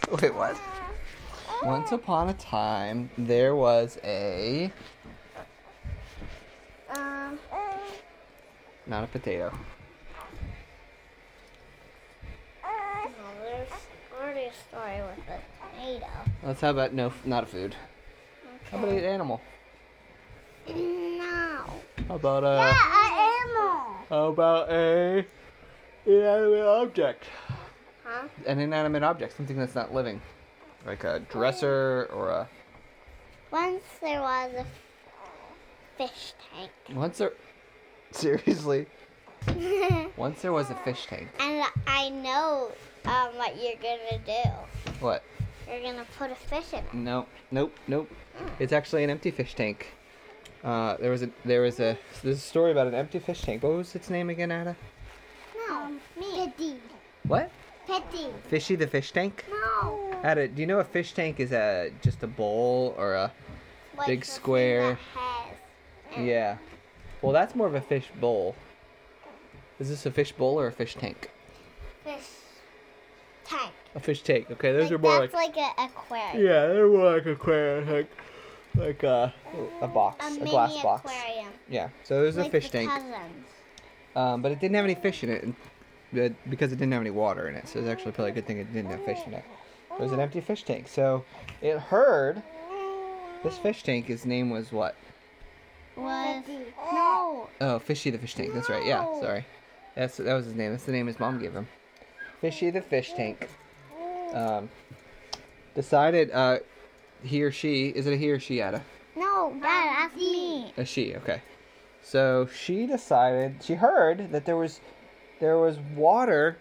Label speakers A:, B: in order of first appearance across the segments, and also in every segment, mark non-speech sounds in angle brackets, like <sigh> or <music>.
A: <laughs> Wait, what? Once upon a time, there was a
B: Um,
A: not a potato.
B: no, there's already a story with a tomato.
A: Let's how about no, not a food. How about an animal?
B: No.
A: How about a?
B: Yeah, an animal.
A: How about a inanimate object?
B: Huh?
A: An inanimate object, something that's not living, like a dresser or a.
B: Once there was a fish tank. <laughs>
A: Once there, <laughs> seriously,
B: and
A: once there was a fish tank.
B: I know um, what you're gonna do.
A: What?
B: You're gonna put a fish in it.
A: Nope, nope, nope. It's actually an empty fish tank. Uh, there was a there was a there's a story about an empty fish tank. What was its name again, Ada?
B: No,
A: Um,
B: me. Petty.
A: What?
B: Petty.
A: Fishy the fish tank.
B: No.
A: Ada, do you know a fish tank is a just a bowl or a
B: Like
A: Big
B: the thing
A: square.
B: that has-
A: yeah? Well, that's more of a fish bowl. Is this a fish bowl or a fish tank?
B: fish tank.
A: A fish tank. Okay, those
B: Like,
A: are more like,
B: that's like, an aquarium.
A: yeah, they're more like aquarium, like like a a box,
B: A,
A: a,
B: mini
A: glass box.
B: aquarium.
A: Yeah. So there's
B: like
A: a fish
B: the
A: tank.
B: Cousins.
A: Um, but it didn't have any fish in it and- but- because it didn't have any water in it. So it's actually probably a good thing it didn't have fish in it. It was an empty fish tank. So it heard this fish tank, his name was what?
B: Was no.
A: Oh, Fishy the fish tank. That's right. Yeah,
B: No.
A: sorry. That's that was his name. That's the name his mom gave him. Fishy the fish tank. Um, decided uh, he or she is it a he or she, Ada?
B: No, Dad, ask me.
A: A she, okay. So she decided she heard that there was there was water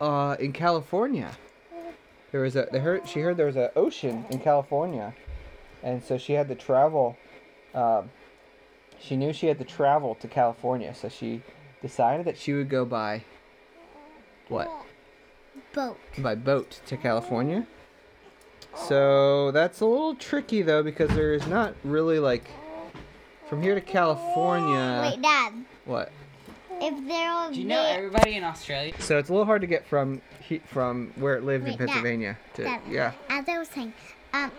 A: uh, in California. There was a they heard she heard there was an ocean in California, and so she had to travel. Um, she knew she had to travel to California, so she decided that she would go by what
B: Boat.
A: by boat to California. So that's a little tricky though because there is not really like from here to California.
B: Wait, Dad.
A: What?
B: If there will
C: Do you know
B: be
C: everybody in Australia?
A: So it's a little hard to get from he, from where it lived in
B: Wait, Dad.
A: Pennsylvania to
B: Dad,
A: yeah.
B: As I was saying, um,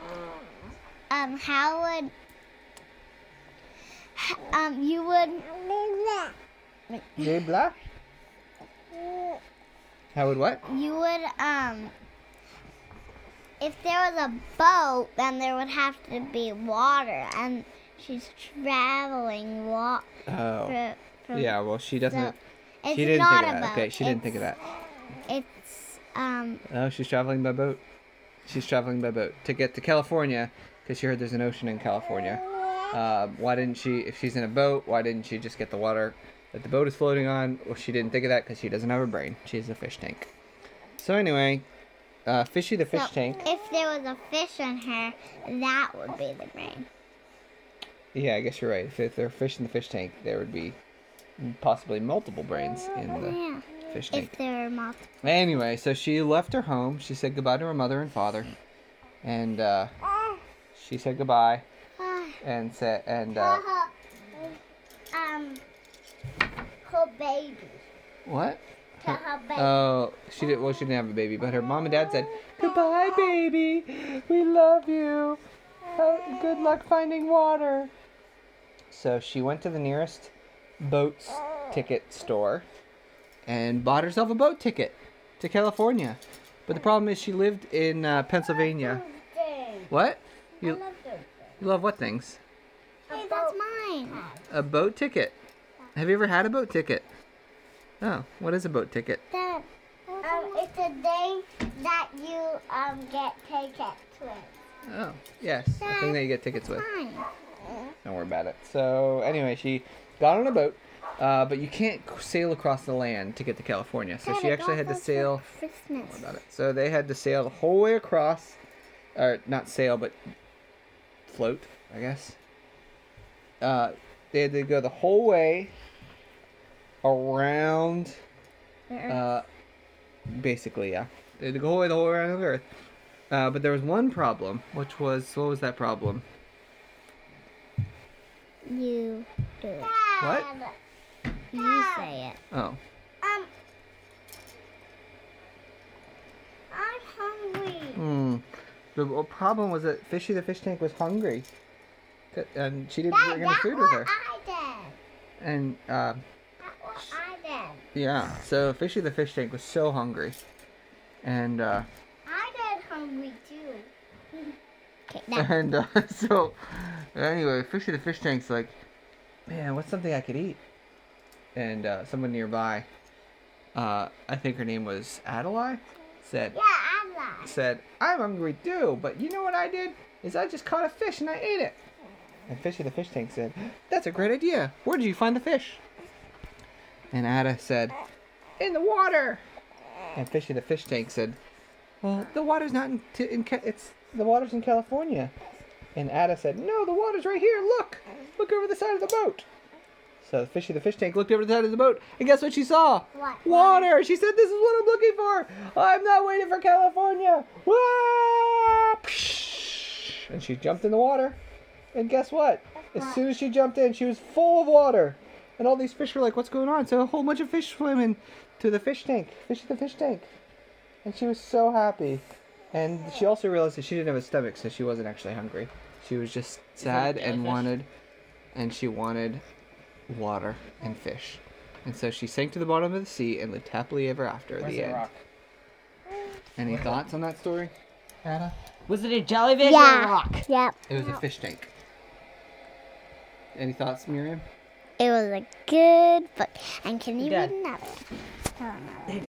B: um, how would um you would
A: Yay, blah. How would what?
B: you would um if there was a boat, then there would have to be water, and she's traveling wa-
A: Oh.
B: through. through-
A: Yeah, well she
B: So
A: doesn't
B: it's
A: she didn't think
B: not
A: of
B: a
A: that.
B: boat.
A: Okay, she didn't think of
B: It's-
A: that.
B: It's um
A: Oh, she's traveling by boat. She's traveling by boat to get to California because she heard there's an ocean in California. Um, why didn't she, if she's in a boat, why didn't she just get the water that the boat is floating on? Well, she didn't think of that because she doesn't have a brain. She's a fish tank. So, anyway, uh, Fishy the fish
B: so
A: tank.
B: If there was a fish in her, that would be the brain.
A: Yeah, I guess you're right. If, if there were fish in the fish tank, there would be possibly multiple brains in the
B: Yeah.
A: fish tank.
B: If there were multiple.
A: Anyway, so she left her home. She said goodbye to her mother and father. And uh,
B: Ah.
A: she said goodbye. and said and uh,
B: um, her baby.
A: what?
B: To her baby.
A: Oh, she did. Well, she didn't have a baby, but her mom and dad said, "Goodbye, baby. We love you. Have- good luck finding water." So she went to the nearest boat's ticket store and bought herself a boat ticket to California. But the problem is, she lived in uh, Pennsylvania. What? You, you love what things?
B: hey, that's mine.
A: A boat ticket. Have you ever had a boat ticket? Oh, what is a boat ticket?
B: Dad. Um, it's a day that you um get tickets to it.
A: Oh, yes. A thing that you get tickets with.
B: Mine.
A: Don't worry about it. So, anyway, she got on a boat, uh, but you can't c- sail across the land to get to California. So,
B: Dad,
A: she
B: I
A: actually had
B: got
A: to
B: those for
A: sail.
B: Christmas.
A: About it. So, they had to sail the whole way across, or not sail, but float, I guess. Uh, they had to go the whole way around uh, basically, yeah. They had to go all the way the whole way around the earth. Uh, but there was one problem, which was what was that problem?
B: You do it.
A: What?
B: You say it.
A: Oh,
B: Um, I'm hungry.
A: Hmm. The w- problem was that Fishy the fish tank was hungry, C- and she didn't
B: Dad,
A: bring any
B: that's
A: food with her.
B: what I did.
A: And uh,
B: That's what I did.
A: yeah, so Fishy the fish tank was so hungry, and uh, <laughs>
B: I get hungry too. <laughs> okay,
A: <laughs>
B: now.
A: and uh, so anyway, Fishy the fish tank's like, man, what's something I could eat? And uh, someone nearby, uh, I think her name was Adelaide, said,
B: Yeah, I'm lost.
A: said, I'm hungry too, but you know what I did? Is I just caught a fish and I ate it. And Fishy the fish tank said, That's a great idea. Where did you find the fish? And Ada said, In the water. And Fishy the fish tank said, Well, the water's not in, t- in Ca- it's the water's in California. And Ada said, No, the water's right here. Look, look over the side of the boat. So Fishy the fish tank looked over the side of the boat, and guess what she saw?
B: What?
A: Water. She said, "This is what I'm looking for. I'm not waiting for California." Wah! Psh! And she jumped in the water, and guess what? As soon as she jumped in, she was full of water, and all these fish were like, "What's going on?" So a whole bunch of fish swam in to the fish tank, fish in the fish tank, and she was so happy. And she also realized that she didn't have a stomach, so she wasn't actually hungry. She was just sad and
C: jellyfish.
A: wanted, and she wanted water and fish. And so she sank to the bottom of the sea and lived happily ever after.
C: Where's
A: the
C: the
A: end.
C: rock?
A: Any thoughts on that story, Anna?
C: Was it a jellyfish or a
B: Yeah.
C: rock?
B: Yep.
A: It was a fish tank. Any thoughts, Miriam?
B: It was a good book. And can you
C: Dad.
B: read another? Oh, no.
C: Hey,